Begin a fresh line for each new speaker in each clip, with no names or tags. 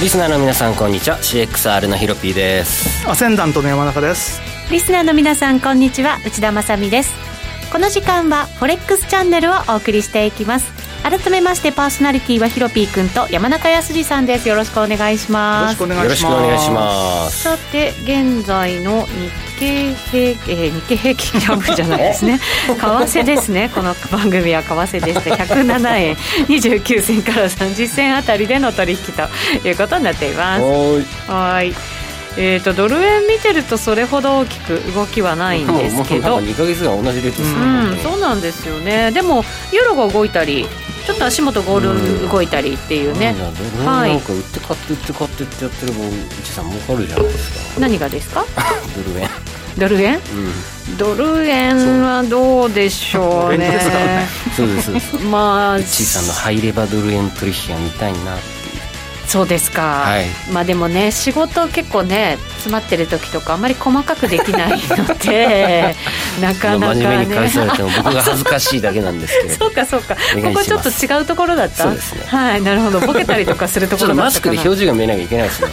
リスナーの皆さんこんにちは CXR のヒロピーです
アセンダントの山中です
リスナーの皆さんこんにちは内田まさみですこの時間はフォレックスチャンネルをお送りしていきます改めましてパーソナリティはヒロピーくんと山中康さんですよろしくお願いし
よろ
ま
し
す
くお願
よろ
い
し
し
くお
ます
願いします
さて現在の日経平均、えー日経平均株じゃないですね為替ですねこの番組は為替でして107円29銭から30銭あたりでの取引ということになっています
おーい
はい。えー、とドル円見てるとそれほど大きく動きはないんですけ
も
ど
うもうなんか2ヶ月が同じレートですね、
うん、そうなんですよねでもユーロが動いたりちょっと足元ゴール動いたりっていう
な
ね、
んだドルなんか売って買って売って買ってってやってれば一さん儲かるじゃないですか
何がですか
ドル円
ドル円
うん
ドル円はどうでしょう
ドル円
ね
ですかね
そうですそう です
まあ
一さんのハイレバドル円取引が見たいな
そうですか、
はい
まあでもね仕事結構ね詰まってる時とかあんまり細かくできないの でなかなか
真面目
ね
に返されても僕が恥ずかしいだけなんです けれ
そ
ど
うかそうか。
お願
こ
いし
こ
ます
ちょっと違うところだった。
そうですね
はい、なるほど。ボケたりとかすると
ちょ
こ
っ
ろ
と
だっ
マ
た
ス
か
ク
な。
で表情が見えなきゃいけないですね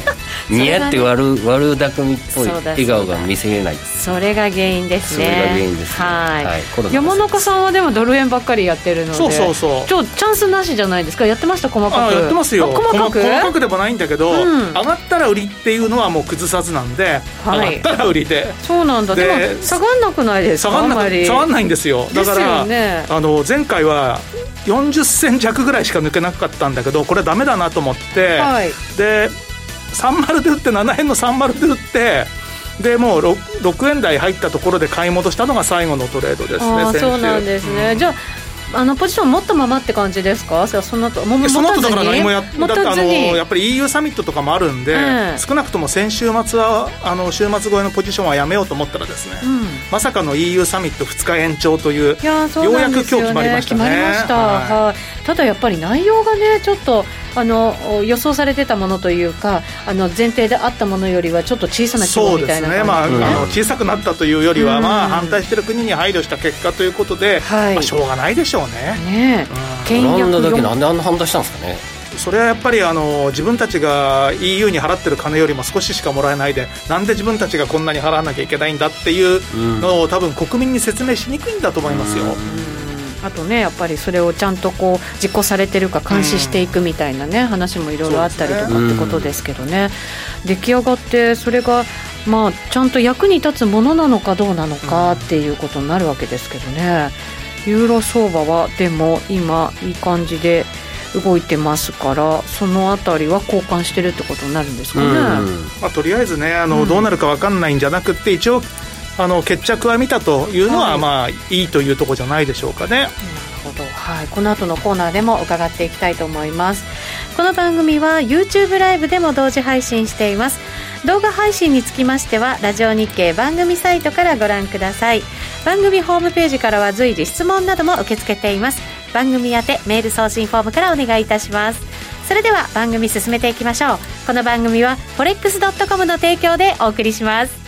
ニヤって悪悪巧みっぽい
そうだ
笑顔が見せれない
それが原因です
そ
ね。
れが原因ですね
はい。
コロナです
山中さんはでもドル円ばっかりやってるので。
そうそうそう
ちょチャンスなしじゃないですか。やってました細か
あ
く。
やってますよ
あ細かく。
細細かくでもないんだけど、
うん
上がったら売りっていうのはもう崩さずなんで、
はい
上がったら売りで
そうなんだ。で
で
も下がんなくないです
下
か。
がんな
あんま
く
り
下がんないんですよだから、
ですよね
あの前回は40銭弱ぐらいしか抜けなかったんだけどこれダメだなと思って、
はい。
で30で売って7円の30で売ってでもう 6, 6円台入ったところで買い戻したのが最後のトレードですね
ああ
先週
そうなんですね。じゃあ。あのポジション持ったままって感じですか。じゃあその後も
で
も
その後
持た
だから
ずに
何もやっ
持
だって
た
あ
ず
の
に。
やっぱり EU サミットとかもあるんで、
ええ
少なくとも先週末はあの週末超えのポジションはやめようと思ったらですね、
うん
まさかの EU サミット2日延長という
いやーそうなんですよ、ね、
ようやく今日決まりましたね
決まりました
はい
はいただやっぱり内容がねちょっとあのお予想されてたものというかあの前提であったものよりはちょっと小さな規
そ
模
う
み
で
たい
す
な
ね、
感じ
まああ
うん
の小さくなったというよりは、ま
う
あ、
ん
反対してる国に配慮した結果ということで、
はい
まあ、しょうがないでしょうね。
ねえ
オ
倹
ランダ
約
だけ
四
なんであんな反対したんですかね
それはやっぱりあの自分たちが EU に払ってる金よりも少ししかもらえないでなんで自分たちがこんなに払わなきゃいけないんだっていうのを多分国民に説明しにくいんだと思いますよ。
あとねやっぱりそれをちゃんとこう実行されてるか監視していくみたいなね、話もいろいろあったりと
そう
か
で
っ
す
て
ね
ことですけどね出来上がってそれがまあちゃんと役に立つものなのかどうなのかっていうことになるわけですけどね、ユーロ相場はでも今いい感じで動いてますからそのあたりは交換してるってことになるんですか
う
ね。
ん
まあ、とりあえずねあの、
うん
どうなるか分かんないんじゃなくって一応あの決着は見たというのは、
はい
まあいいというところじゃないでしょうかね。
なるほど、はい、この後のコーナーでも伺っていきたいと思いますこの番組は YouTube ライブでも同時配信しています動画配信につきましてはラジオ日経番組サイトからご覧ください番組ホームページからは随時質問なども受け付けています番組宛てメール送信フォームからお願いいたしますそれでは番組進めていきましょうこの番組は forex.com の提供でお送りします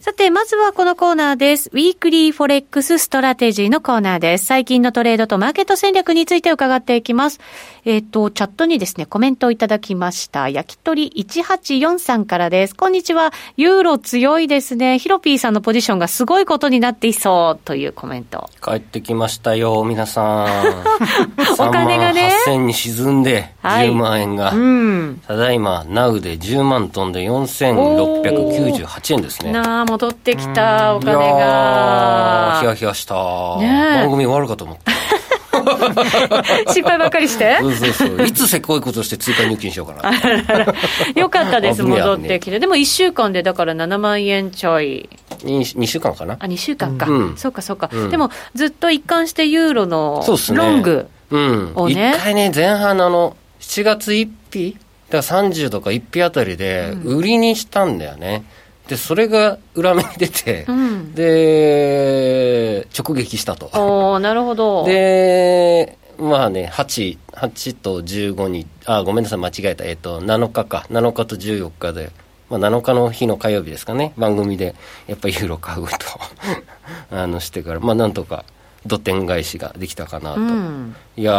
さて、まずはこのコーナーです。ウィークリーフォレックスストラテジーのコーナーです。最近のトレードとマーケット戦略について伺っていきます。えっ、と、チャットにですね、コメントをいただきました。焼き鳥184さんからです。こんにちは。ユーロ強いですね。ヒロピーさんのポジションがすごいことになっていそうというコメント。
帰ってきましたよ、皆さん。
お金がね
3万8000に沈んで、
はい
10万円が。
うん。
ただいま、ナウで10万飛んで4698円ですね。
なあ、戻ってきた、お
いや
金
ー、ヒヤ
が。
ヒヤした。
ねえ
番組終わるかと思 った。
失敗ばっかりして
そうそうそう。いつせこいことして追加入金しようかな。
よかったです、
危ねえ危ね
戻
え
ってきて。でも1週間でだから7万円ちょい。
2週間かな
あ、2週間か。
うん
そうかそうか、
うん
でもずっと一貫してユーロの
そうっすね
ロ ング。
うん
を。
一
ね
回ね、前半のあの、7月1日だから30とか1日あたりで、売りにしたんだよね。で、それが裏目に出て
う、ん。
で、直撃したと。
おー、なるほど。
で、まあね、8、8と15に、あ、ごめんなさい、間違えた。えっと、7日か。7日と14日で、まあ、7日の日の火曜日ですかね、番組で、やっぱユーロ買うと、 あの、してから、まあ、なんとか、土点返しができたかなと。
うん。
いや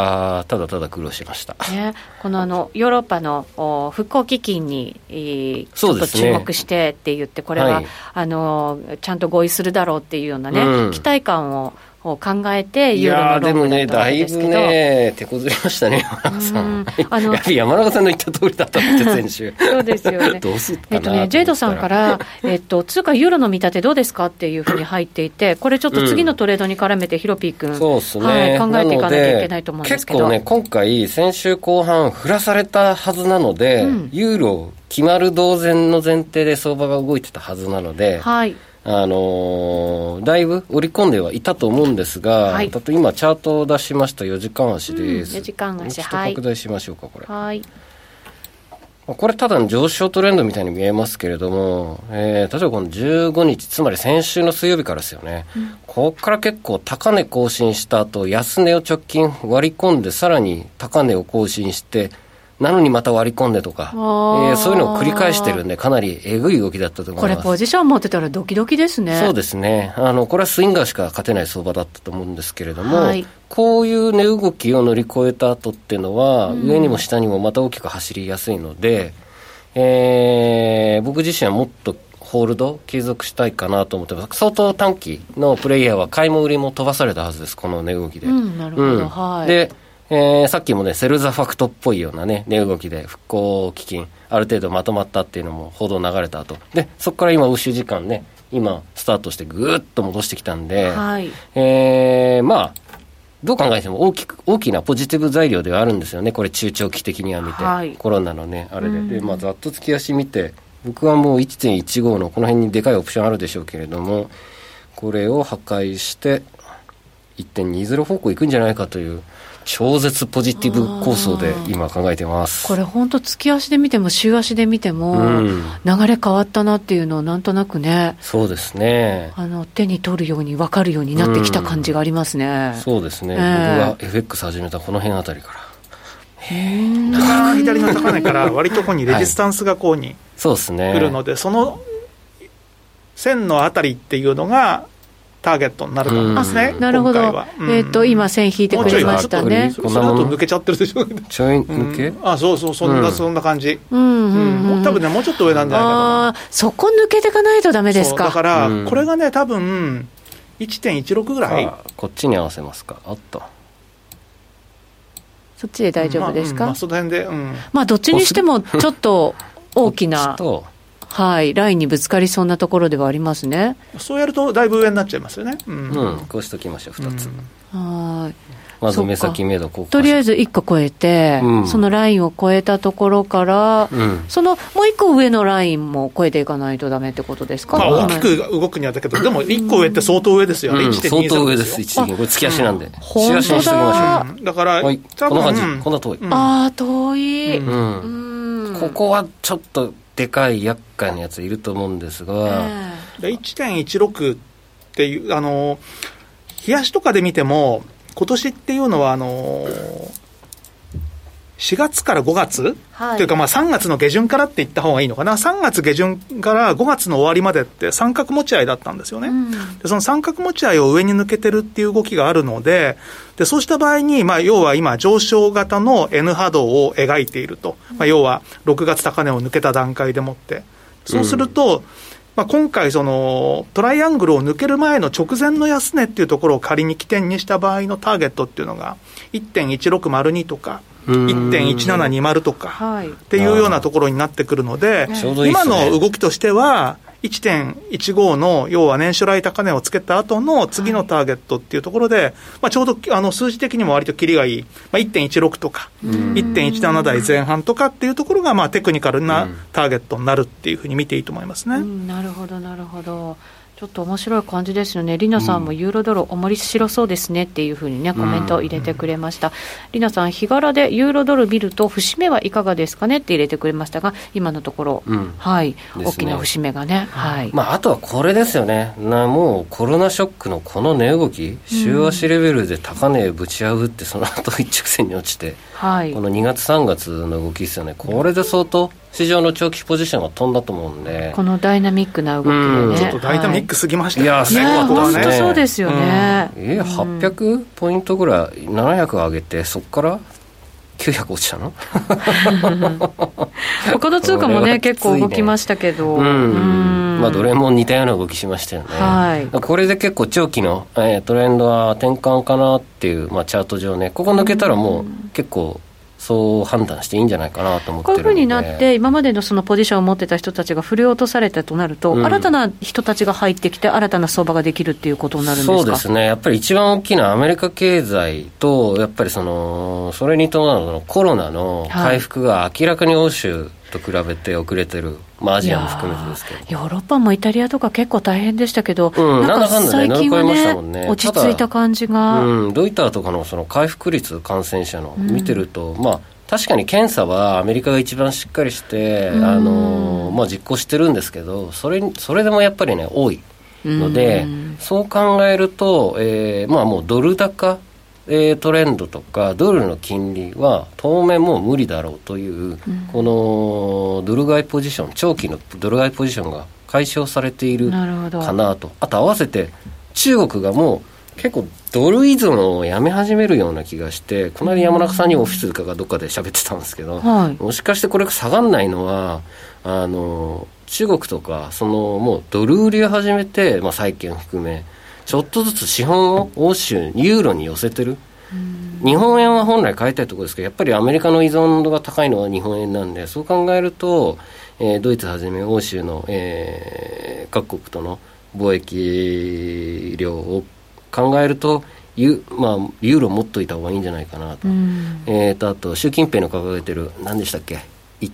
ー、ただただ苦労しました。
ね、このあのヨーロッパのお復興基金に、えーち
そ
ょ
う
っ
で
と
すね
注目してって言って、これは、
はい
あのちゃんと合意するだろうっていうようなね、
うん
期待感をお考えて、
い
ユー
や
ロ
ー、でも
のロング
ね、
だったわ
だ
け
い
です
ぶ
けど、
ね、手こずりましたね、山中さ
うん
ん。
あ の
やっぱり山中さんの言った通りだったって、選手。
そうですよね。
どうすっ
え
かな
っとね、ジェイドさんか。ら、えっと、通貨ユーロの見立てどうですかっていうふうに入っていて、これちょっと次のトレードに絡めて、ヒロピー君、
そうですね、
はい、考えていかなきゃいけないと
なの
思うん
で
ですけど。
結構ね、今回、先週後半、振らされたはずなので、
うん
ユーロ決まる同然の前提で相場が動いてたはずなので、
はい。
あのーだいぶ織り込んではいたと思うんですが、
はい
だと今、チャートを出しました4時間足です。
うん4時間足
ちょっと
はい
拡大しましょうか、これ。
はい。
まあこれただの上昇トレンドみたいに見えますけれども、えー例えばこの15日、つまり先週の水曜日からですよね。ここから結構高値更新した後、安値を直近割り込んで、さらに高値を更新して、なのにまた割り込んでとか、え
あー
ーそういうのを繰り返してるんで、かなりえぐい動きだったと思
こ
い
れ、
ます。
ポジション持ってたらドキドキですね。
そうですね。あの、これはスインガーしか勝てない相場だったと思うんですけれども、
はい
こういう値動きを乗り越えた後っていうのは、上にも下にもまた大きく走りやすいので、えー僕自身はもっとホールド継続したいかなと思ってます。相当短期のプレイヤーは買いも売りも飛ばされたはずです、この値動きで。
うん、なるほど。
うん
はい。
で、えーさっきもね、セルザファクトっぽいようなね、値動きで、復興基金、ある程度まとまったっていうのも報道流れた後。で、そこから今、ウッシュ時間ね、今、スタートしてぐーっと戻してきたんで、
はい。
えーまあ、どう考えても大きく、大きなポジティブ材料ではあるんですよね、これ中長期的には見て。
はい
コロナのね、あれで。
うん
で、まあ、ざっと月足見て、僕はもう1.15のこの辺にでかいオプションあるでしょうけれども、これを破壊して、1.20方向行くんじゃないかという、超絶ポジティブ構想で今考えてます。
これ、本当月足で見ても、週足で見ても、
うん
流れ変わったなっていうのを、なんとなくね、
そうですね。
あの、手に取るように、分かるようになってきた感じがありますね。
そうですね。
ええ
僕が FX 始めたこの辺あたりから。
なかなか左の高値から割とこにレジスタンスがこうに
そうですね。
来るので、その線のあたりっていうのがターゲットになると思いますね、
うん
なるほど
今回は。うん
えっ、と、今、線引いてくれました
もう
ね
ち。ょ
それだと抜けちゃってるでしょ、う
ちょい抜け、
んあそうそう、そんな、
うん
そんな感じ、
うん
う
うんん、うん
もう多分ね、もうちょっと上なんじゃないかな。
ああ、そこ抜けていかないとダメです
そうだか
か。
ら、
うん
これがね、多分1.16ぐらい、
あこっちに合わせますか。あった。
そっちで大丈
まあ
夫です
うんま
か
あ、。その辺で、うん、
まあ、どっちにしても、ちょっと大き
こっ
な
ち、と
はい、ラインにぶつかりそうなところではありますね。
そうやるとだいぶ上になっちゃいますよね。う
うんん、こうしときましょう、二つ。
うん
はーい。
まず目先目処こう
とりあえ
ず、
ず1個超えて、
うん
そのラインを超えたところから、
うん、
そのもう1個上のラインも超えていかないとダメってことですか、
まあ、
はい
大きく動くにはだけど、でも1個上って相当上ですよ、あれ
うん
1.23
相当上で
よ
す、一時に。これ、突き足なんで。
本当
チラシ
だ
にしておきま
うんだから、
しょう。はい、
多
こんな
分
感じ、こんな遠い。
うん
ああ、遠い、
う
うん
うん。
ん
ここはちょっとでかい厄介なやついると思うんです
え
が、
え
で1.16っていう、あのー、冷やしとかで見ても、今年っていうのは、あのー、4月から5月、
はい
というか、まあ3月の下旬からって言った方がいいのかな、3月下旬から5月の終わりまでって、三角持ち合いだったんですよね。
うん
でその三角持ち合いを上に抜けてるっていう動きがあるので、でそうした場合に、まあ、要は今、上昇型の N 波動を描いていると、まあ、要は6月高値を抜けた段階でもって、そうすると、まあ、今回その、トライアングルを抜ける前の直前の安値っていうところを仮に起点にした場合のターゲットっていうのが、1.1602とか、
うん
1.1720とか。
はい、
っていうようなところになってくるので、
ちょうどいいっ
今
すね
の動きとしては、1.15の要は年初来高値をつけた後の次のターゲットっていうところで、まあ、ちょうどあの数字的にも割とキリがいい、まあ、1.16とか、1.17台前半とかっていうところが、まあ、テクニカルなターゲットになるっていうふうに見ていいと思いますね。
うん、なるほどなるほどちょっと面白い感じですよね、りなさんもユーロドル、おもり白そうですねっていうふうにね、コメントを入れてくれました、りなさん、日柄でユーロドル見ると、節目はいかがですかねって入れてくれましたが、今のところ、
うん
はい、
ね
大きな節目がね、はい、
まあ、あとはこれですよね。な、もうコロナショックのこの値動き、週足レベルで高値ぶち破って、その後一直線に落ちて、
はい
こ、の2月3月の動きですよね。これで相当市場の長期ポジションが飛んだと思うんで
こ。のダイナミックな動きで
うん
ね、
ち
ちょっとダイナミックすぎましたよ
いや
はい、いや
すごか
ここは
本
った
当
ですね
そうですよね、
えー、800ポイントぐらい、700上げて、そっから900落ちたの
他の通貨も
これは
ね、
きついね
結構動きましたけど、
うん、まあ、どれ
も
も似たような動きしましたよね。
はい
これで結構長期の、えートレンドは転換かなっていう、まあ、チャート上ね、ここ抜けたらもう結構そう判断していいんじゃないかなと思って
こういう
るんで。
ふうになって、今までのそのポジションを持ってた人たちが振り落とされたとなると、
うん
新たな人たちが入ってきて、新たな相場ができるっていうことになるんですか
そうですね。やっぱり一番大きなアメリカ経済と、やっぱりその、それに伴うそのコロナの回復が明らかに欧州と比べて遅れてる。まあアジアも含めてですけど
い。やーヨーロッパもイタリアとか結構大変でしたけど、
うん
な
なん
んか
だかんだね
最近は
乗り越えました
ね
もんね
落ち着いた感じが、
うん、ロイターとかのその回復率、感染者の、見てると、まあ、確かに検査はアメリカが一番しっかりして、
ん
あのまあ、実行してるんですけどそれに、それでもやっぱりね、多いので、
うん
そう考えると、えーまあ、もうドル高、えートレンドとか、ドルの金利は当面もう無理だろうという、このドル買いポジション、長期のドル買いポジションが解消されている
なるほど
かなと、あと合わせて、中国がもう結構、ドル依存をやめ始めるような気がして、この間、山中さんにオフィスかがどっかで喋ってたんですけど、
はい
もしかしてこれ、下がんないのは、あの中国とか、そのもうドル売りを始めて、まあ、債券含め、ちょっとずつ資本を欧州、ユーロに寄せてる。日本円は本来買いたいところですけど、やっぱりアメリカの依存度が高いのは日本円なんで、そう考えると、えードイツはじめ欧州の、えー各国との貿易量を考えると、ユ,、まあ、ユーロ持っといた方がいいんじゃないかなと。
うん
えー、とあと習近平の掲げてる何でしたっけいい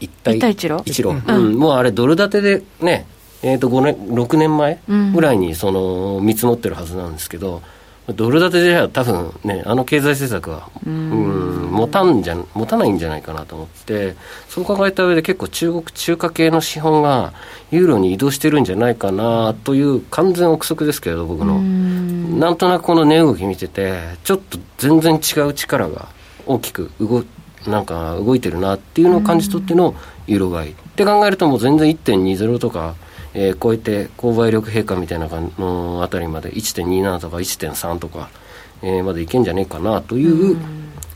一帯
一帯一路
一路、うん
うん
もうあれドル建てでね、えー、と5年6年前
うん
ぐらいにその見積もってるはずなんですけどドル建てじゃ多分ねあの経済政策は、うん持たんじゃ持たないんじゃないかなと思ってそう考えた上で結構中国中華系の資本がユーロに移動してるんじゃないかなという完全憶測ですけど僕の。なんとなくこの値動き見てて、ちょっと全然違う力が大きく動なんか動いてるなっていうのを感じ取ってのユーロ買い。って考えると、もう全然1.20とか、えー超えて、購買力陛下みたいな感じのあたりまで、1.27とか1.3とか、えーまでいけんじゃねえかなという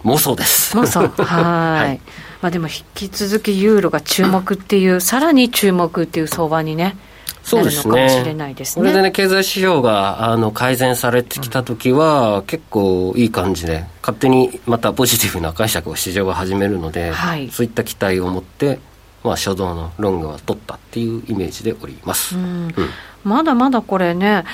妄想です。
もう そう、はい。
はい
まあでも引き続きユーロが注目っていう、さらに注目っていう相場にね、
そうです
なるのか
ね。
もしれないです
これで
ね。
ね、経済指標があの改善されてきたときは、結構いい感じで、勝手にまたポジティブな解釈を市場が始めるので、
はい
そういった期待を持って、まあ、初動のロングは取ったっていうイメージでおります。
うんまだまだこれね、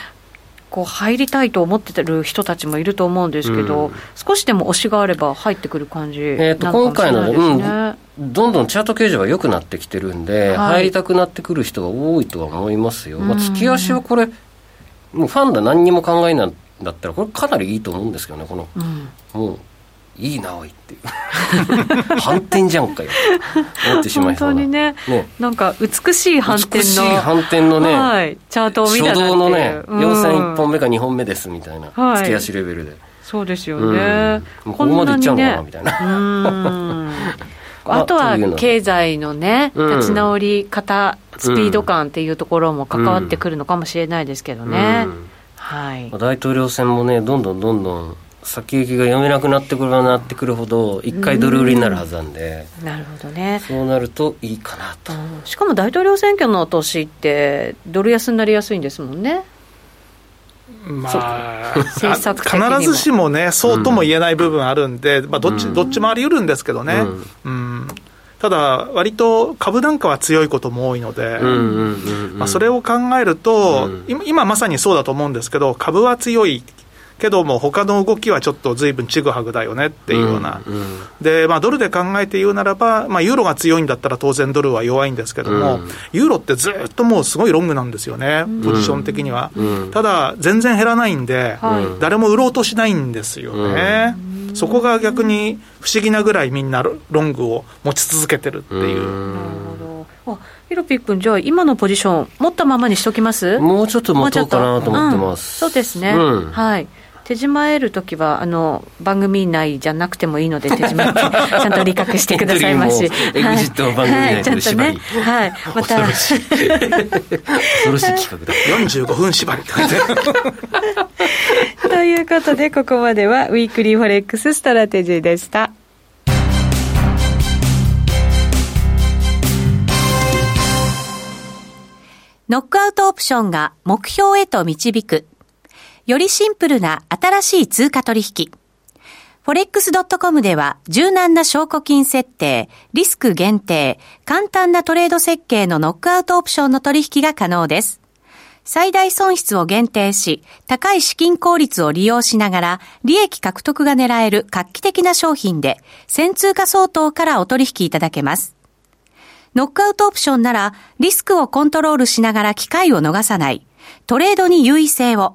こう入りたいと思ってる人たちもいると思うんですけど、
うん
少しでも推しがあれば入ってくる感じ
え
な
ー
のか
と今回の
もしれない
ね
ですね。
うん、どんどんチャート形状が良くなってきてるんで、
はい
入りたくなってくる人が多いとは思いますよ、ま
う
あ、
ん
月足はこれ、もうファンが何にも考えないんだったら、これ、かなりいいと思うんですけどね、この、
うん
もう、いいな、おいっていう、反転じゃんかよ、思ってしまい
本
そ
当
うな
にね、
ね
なんか美しい反転の
美しい反転のね、
はい、チャートを見
初
たなっていう
動のね、
うん
4戦1本目か2本目ですみたいな、
はい
月足レベルで。
そうですよ
うん
ね、
もうここまでいっちゃうのかなみ
た
たいな。
いな。
まあ
あとは
というので
経済のね、
うん
立ち直り方、スピード感っていうところも関わってくるのかもしれないですけどね。
うん
はい
まあ、大統領選もね、どんどんどんどん先行きが読めなくなってくればなってくるほど、一回ドル売りになるはずなんで、
なるほどね、
そうなるといいかなと。
うんしかも大統領選挙の年って、ドル安になりやすいんですもんね。
ま
そう
あ、
政策的にも
必ずしもね、そうとも言えない部分あるんで、まあ、どっち、
うん
どっちもあり得るんですけどね。うん。ただ、割と株なんかは強いことも多いので、
うんうんうんうん
まあ、それを考えると、
うん
今今まさにそうだと思うんですけど、株は強いけども、他の動きはちょっと随分ちぐはぐだよねっていうような、
んん
でまあ、ドルで考えて言うならば、まあ、ユーロが強いんだったら当然ドルは弱いんですけども、
うん
ユーロってずっともうすごいロングなんですよね、ポジション的には。
うん
ただ、全然減らないんで、
はい
うん
誰も売ろうとしないんですよね、そこが逆に不思議なぐらいみんなロロングを持ち続けてるっていう。
なるほど。あ、ヒロピー君、じゃあ今のポジション、持ったままにしときます
もうちょっと
も
持
うち
と
ょっ
うかなと思ってます。
うんそうですね。
うん
はい。手締まえるときは、あの、番組内じゃなくてもいいので、手締まえ て、ちゃんと理覚してくださいまし。
エントリーもエグジットも番組内で縛り
はい、はいちゃんとね。はい。また、
恐ろしい企画だ。
45分縛りって書いてある
ということで、ここまでは、ウィークリーフォレックスストラテジーでした。
ノックアウトオプションが目標へと導く。よりシンプルな新しい通貨取引。forex.com では柔軟な証拠金設定、リスク限定、簡単なトレード設計のノックアウトオプションの取引が可能です。最大損失を限定し、高い資金効率を利用しながら、利益獲得が狙える画期的な商品で、1000通貨相当からお取引いただけます。ノックアウトオプションならリスクをコントロールしながら機会を逃さない。トレードに優位性を。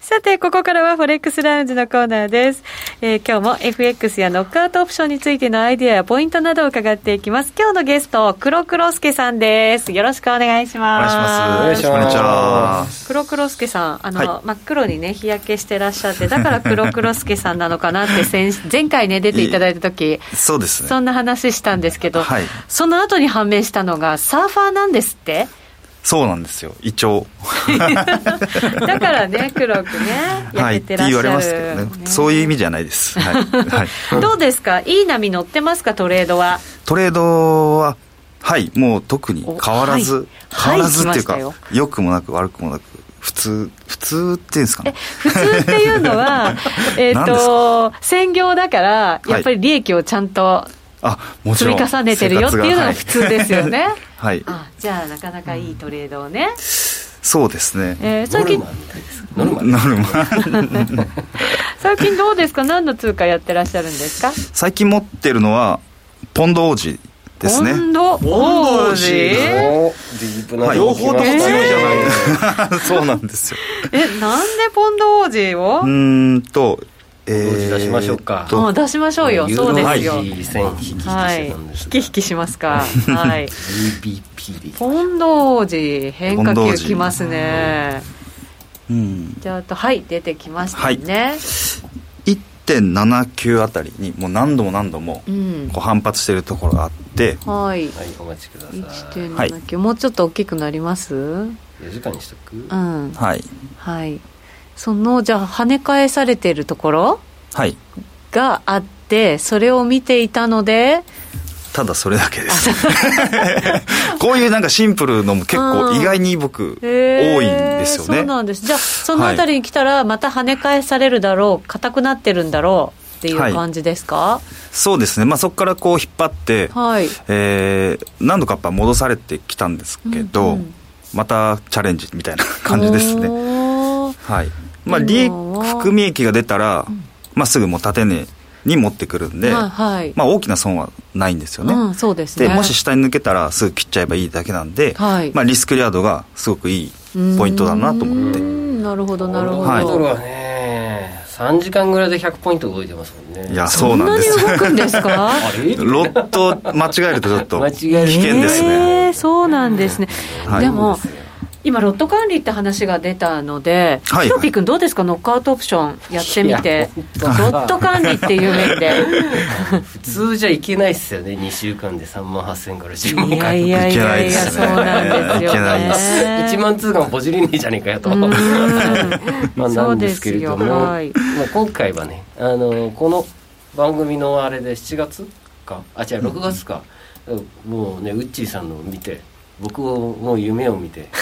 さて、ここからはフォレックスラウンジのコーナーです。えー今日も FX やノックアウトオプションについてのアイディアやポイントなどを伺っていきます。今日のゲスト、黒黒助さんです。よろしくお願いし
お願
ま
い
す。
します。
お願いします
こんにちは。
黒黒助さん、あの、
は
真っ黒にね、日焼けしてらっしゃって、だから黒黒助さんなのかなって先、 前回ね、出ていただいた時
そうですね。
そんな話したんですけど、
はい
その後に判明したのが、サーファーなんですって。
そうなんですよ。胃腸。
だからね、黒くね、
は
焼
い。
けて
って
らっ
言
し
わ
ゃる。
れますけどね。そういう意味じゃない です。はい。はい、
どうですかいい波乗ってますかトレードは。
トレードは、はい、もう特に変わ
お
ら
は
ず
い、
変わらずってい
は
うか
い来ま、
良くもなく悪くもなく、普通、普通っていうんですか
え、
ね。
普通っていうの は、えっ
何です
と、専業だから、
い
やっぱり利益をちゃんと
あ、もち
積
ろ
み
ん。
重ねてるよっていうのが
生
普
活
通ですよね。
はい。はい。
あじゃあなかなかいいトレードをね、
そうですね。
えー
ノ
最
ル
近
マみたいです。ノ
ノ
ル
ル
マ
マ。ノルマ。
最近どうですか何の通貨やってらっしゃるんですか
最近持ってるのは、ポンド王子ですね。
温度王子え、
おディープな
はい
両方とも強いじゃないですか。
そうなんですよ。
なんでポンド王子を
うーんと、え
同時出しましょうか
と
もう出しましょうよ。そうですよ。
ユーロ1000匹引き
は
して
い
たん。で
引
す
き 引きしますか。はい。
GBP でいきましょう
ポンド王子変化
ポンド王
球
子
きますね。
うん、
じゃああとはい出てきましたね。
1.79あたりにもう何度も何度も
うん。
こう反発してるところがあって、
はい。
はいお待ちください
1.79、もうちょっと大きくなりますうん
4時間にしとく、
はい。
はいそのじゃあ跳ね返されてるところ
はい。
があってそれを見ていたので
ただそれだけ です。こういうなんかシンプルのも結構意外に僕、多いんですよ
そう
ね。
なんですじゃあそのあたりに来たらまた跳ね返されるだろう硬くなってるんだろうっていう
はい
感じですか
そうですね。まあそこからこう引っ張って、
はい、
えー何度かやっぱ戻されてきたんですけど、
うんうん
またチャレンジみたいな感じですね。
おー
はい。まあ、
で
利益
も、
含み益が出たら、まあ、すぐもう縦値に持ってくるんで、
はいはい、
まあ、大きな損はないんですよね。
うん、そうですね
で、もし下に抜けたらすぐ切っちゃえばいいだけなんで、
はい
まあ、リスクリアードがすごくいいポイントだなと思って
うー。んなるほどなるほど、
はい
ドルはね3時間ぐらいで100ポイント動いてますもんね
いや、そ
そ
うんなん
なに
です。
動くんです か
あれ
ロット間違えるとちょっと
間違
危
える
険ですね。
えーそうなんですね、
はい
でも今ロット管理って話が出たので、
はい
ヒロピー君どうですかノックアウトオプションやってみ
いや
てロ
本当
ット管理っていう面で
普通じゃいけないっすよね2週間で3万8000から10万
いや
回
いやいやいや
いけ
そうな
なん
で
いですすね
よ
いけないです
ね
1万通がもぼじりねえじゃねえかよ と、
う
ま
ーん
あ、なんですけれども、
そうですよはい
まあ、今回はねあのこの番組のあれで7月かあ違う6月か、もうねウッチーさんのを見て僕をもう夢を見て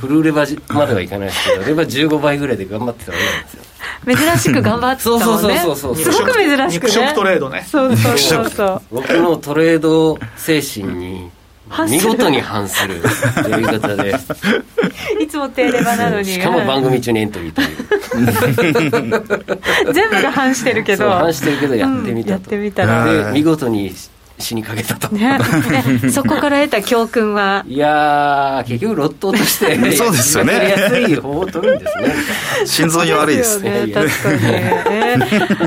フルレバーまではいかないですけどレバー15倍ぐらいで頑張ってたわけなんですよ
珍しく頑張ってたもんね
そうそうそうそう
すごく珍しくね
肉食トレードね。
そうそうそうそう
僕のトレード精神に
反す
見
る
事に反するやり方で
いつも定レバなのに
しかも番組中にエントリーという
全部が反して るけど
そう反してるけどやってみたと、
うんやってみた
で
ら
見事に死にかけたと、
ねねそこから得た教訓はい
やー結局ロットとして
そうですよね
やりやすい方法を取るんですね
心臓に悪 いですね。
ね
確かに、ね、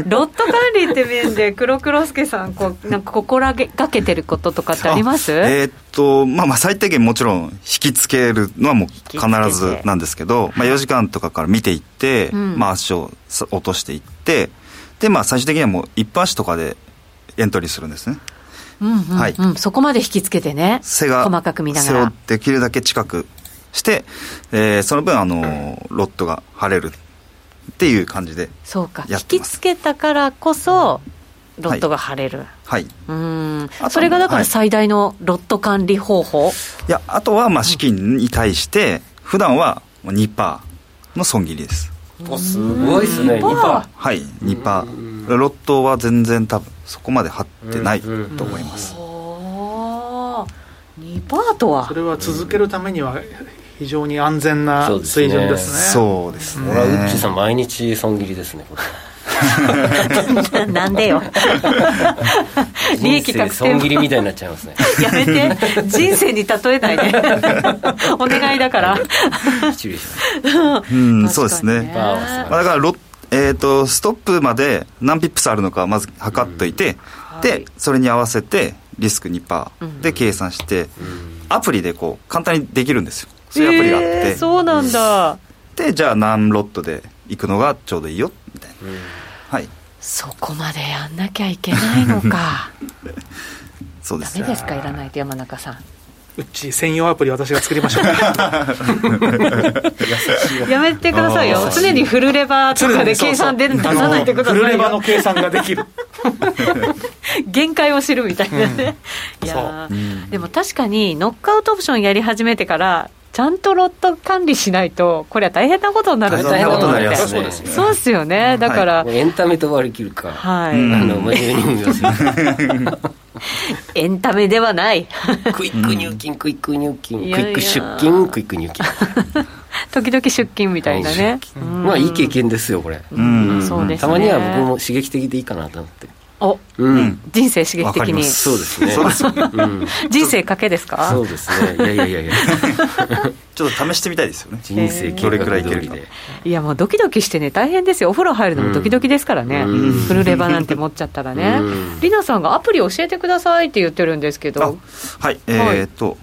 ロット管理って面で黒黒助さんこうなんか心がけてることとかってあります、
あえーっと、まあまあ最低限もちろん引きつけるのはもう必ずなんですけど、まあ4時間とかから見ていって、
うん
まあ足をさ落としていって、でまあ最終的にはもう一般足とかでエントリーするんですね。
うんうんうん
はい
そこまで引きつけてね
背が、
細かく見なが
背
ら
をできるだけ近くして、えーその分あのー、ロットが腫れるっていう感じで、
そうか
や
引
って
き
ます
つけたからこそロットが張れる、
はい。い
うん
と
それがだか
は
ら
い
最大のロット管理方法、
や、あとはまあ資金に対して、普段はもう2%の損切りです。
おすごいっすね2パ
はい、2%パ
うん
ー。ロットは全然多分そこまで張ってないと思います。
お2パートは
それは続けるためには非常に安全な水準ですね。
そうです
ー
ね。
これはウッチーさん毎日損切りですねこれ
なんでよ利
人
益
生
確定
損切りみたいになっちゃい ますね
やめ て人生に例えない でお願いだから
失礼しました
うん、そうですね。
パーは素晴らしい
まあ、だからロッえー、とストップまで何ピップスあるのかまず測っといて、
は
で
い
それに合わせてリスク2%で計算して、アプリでこう簡単にできるんですよそういうアプリがあって、
えーそうなんだ
でじゃあ何ロットで行くのがちょうどいいよみたいな、はい
そこまでやんなきゃいけない のか
そうで
ダ
す
メ
ね
ですかいらないと山中さん
うち専用アプリ私が作りましょう。
やめてくださいよ
あー
常にフルレバーとかで計算で出さないってこと
フル
な
レ
い
バの
よ
計算ができる。
限界を知るみたいなね、いやーでも確かにノックアウトオプションやり始めてからちゃんとロット管理しないとこれは大変なことになる
大
み
変
たい
なことに
な
なります
そう
ね
ですね
そうですよねだから、
もうエンタメと割り切るか、
はい
うん
あの真面目に運用 する
エンタメではない。
クイック入金、クイック入金、クイ
いやいや
ック出金、クイック入金。
時々出勤みたいなね。うん
まあいい経験ですよ、これ。
うん
そうですね。
たまには僕も刺激的でいいかなと思って。
お
うん。
人生刺激
わか
的
り
に
ます
そうですね。
そうですよね
うん。
人生賭けですか
そうですね。いやいやい やいや。
ちょっと試してみたいですよね
人生
どれくらいいける
計画通
か
りで
いやもうドキドキしてね大変ですよお風呂入るのもドキドキですからね、
うん
フルレバなんて持っちゃったらね、
うん
りなさんがアプリ教えてくださいって言ってるんですけ
あ
ど
はいえーっと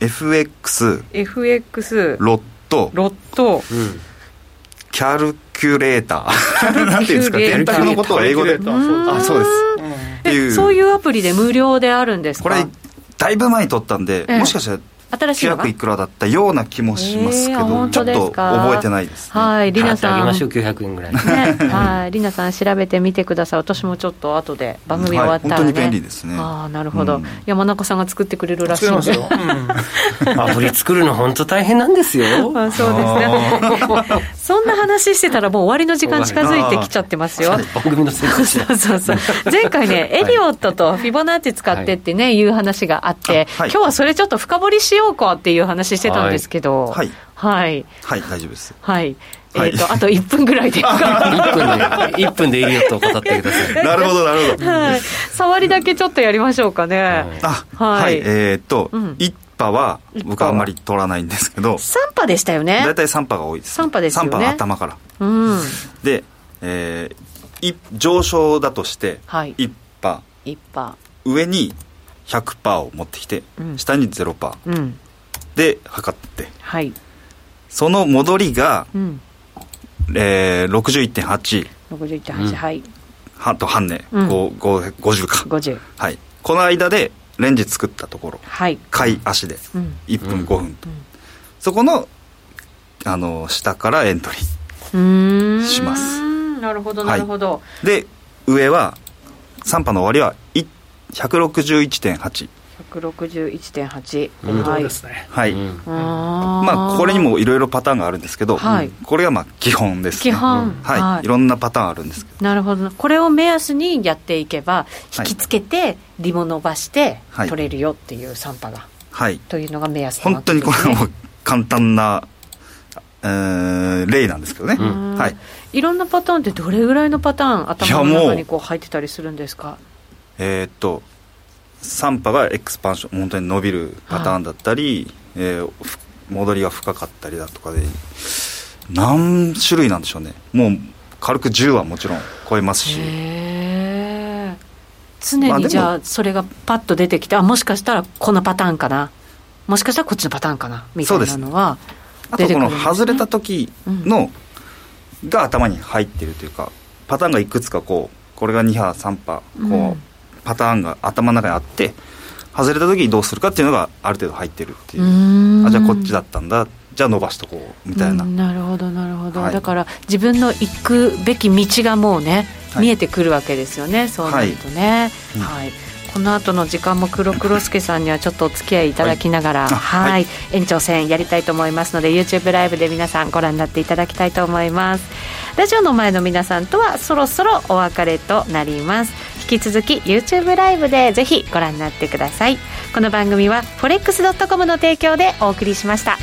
FX
FX
ロット
ロット
うん。
キャルキュレーター なんていうんですか
キャ
電
ルキュレーター
卓のことを英語であそうですってい
え
う
そういうアプリで無料であるんです
こ
か
れだいぶ前に撮ったんで、
ええ
もしかしたら
新しいのが
900いくらだったような気もしますけど、
えー本
ちょ
当
っ
です
と
か
覚えてないですね、
はいりな
払ってあ
さ
げ
ん
ましょう、900円ぐらい。
ね、はい、りなさん調べてみてください。私もちょっと後で番組終わったらね。
はい本当に便利ですね
ああ、なるほど、
うん
山中さんが作ってくれるらしい
作れ
ん
ます
で。
よ、うん
アプリ作るの本当大変なんですよ。
あそうです ね。そんな話してたらもう終わりの時間近づいてきちゃってますよ。
番組の成功者。
そうそうそう。前回ね、エリオットとフィボナッチ使ってってね、いう話があって、
あはい
今日はそれちょっと深掘りしようかっていう話してたんですけど、
はい
はい。
はい大丈夫です
はい。
は
え
い
っ、と、あと1分ぐら いで。
1分で、一分でエリオットを語ってください。
なるほどなるほど
はい、触りだけちょっとやりましょうかね。
あ
はい
はい、えーっと、
うん
一波は
一波
僕はあんまり取らないんですけど
3波でしたよね
大。体3波が多いです、
三波ですよね
3波頭から
うん。
で、えーい上昇だとして、
はい
一波
1波。
上に100%を持ってきて、
うん
下に0%
うん。
で測って
はい。
その戻りが、
うん。
えー、61.8
61.8、
うん
はい。
半と半値、
うん
ごご50か
50。
はい、この間でレンジ作ったところ
はい。
買い足で
うん。
1
うん
分5分と、そこのあの下からエントリー
うーん。
します。
なるほど、
は
ないるほど。
で上は3波の終わりはい161.8
161.8。
うん
はい。
ですね
はい、
うん
ま
ま
あこれに。もいろいろパターンがあるんですけど、
はい
これがまあ基本ですね
基本。
はい、い、ろんなパターンあるんですけど
なるほど。これを目安にやっていけば、
は
引
い
きつけて、リも伸ばして、
はい
取れるよっていう3波が。
はい
というのが目安なわ
本
け
当
で
に
す
こ
ね
れはもう簡単な、えー例なんですけどね、
ん
はい
いろんなパターンってどれぐらいのパターン頭
い
の
やも
中
う
にこう入ってたりするんですか
えーっと3波がエクスパンション本当に伸びるパターンだったり、えーふ戻りが深かったりだとかで何種類なんでしょうねもう軽く10はもちろん超えますし
へえ
ま
常
あで
に
も
じゃあそれがパッと出てきてあもしかしたらこのパターンかなもしかしたらこっちのパターンかなみたいなのは
あ
出
と
て
こ
くる
の
んですね
外れた時の、が頭に入ってるというかパターンがいくつかこうこれが2波3波
う
こ
ん
うパターンが頭の中にあって外れた時にどうするかっていうのがある程度入ってるっていう
うーん
あじゃあこっちだったんだじゃあ伸ばしとこうみたいな、
うんなるほどなるほど、
はい
だから自分の行くべき道がもうね、
はい
見えてくるわけですよねそうなるとね
うん
はい、この後の時間も黒黒助さんにはちょっとお付き合いいただきながら、
はいあ
はい
はい
延長戦やりたいと思いますので YouTube ライブで皆さんご覧になっていただきたいと思いますラジオの前の皆さんとはそろそろお別れとなります引き続き YouTube ライブでぜひご覧になってくださいこの番組は forex.com の提供でお送りしました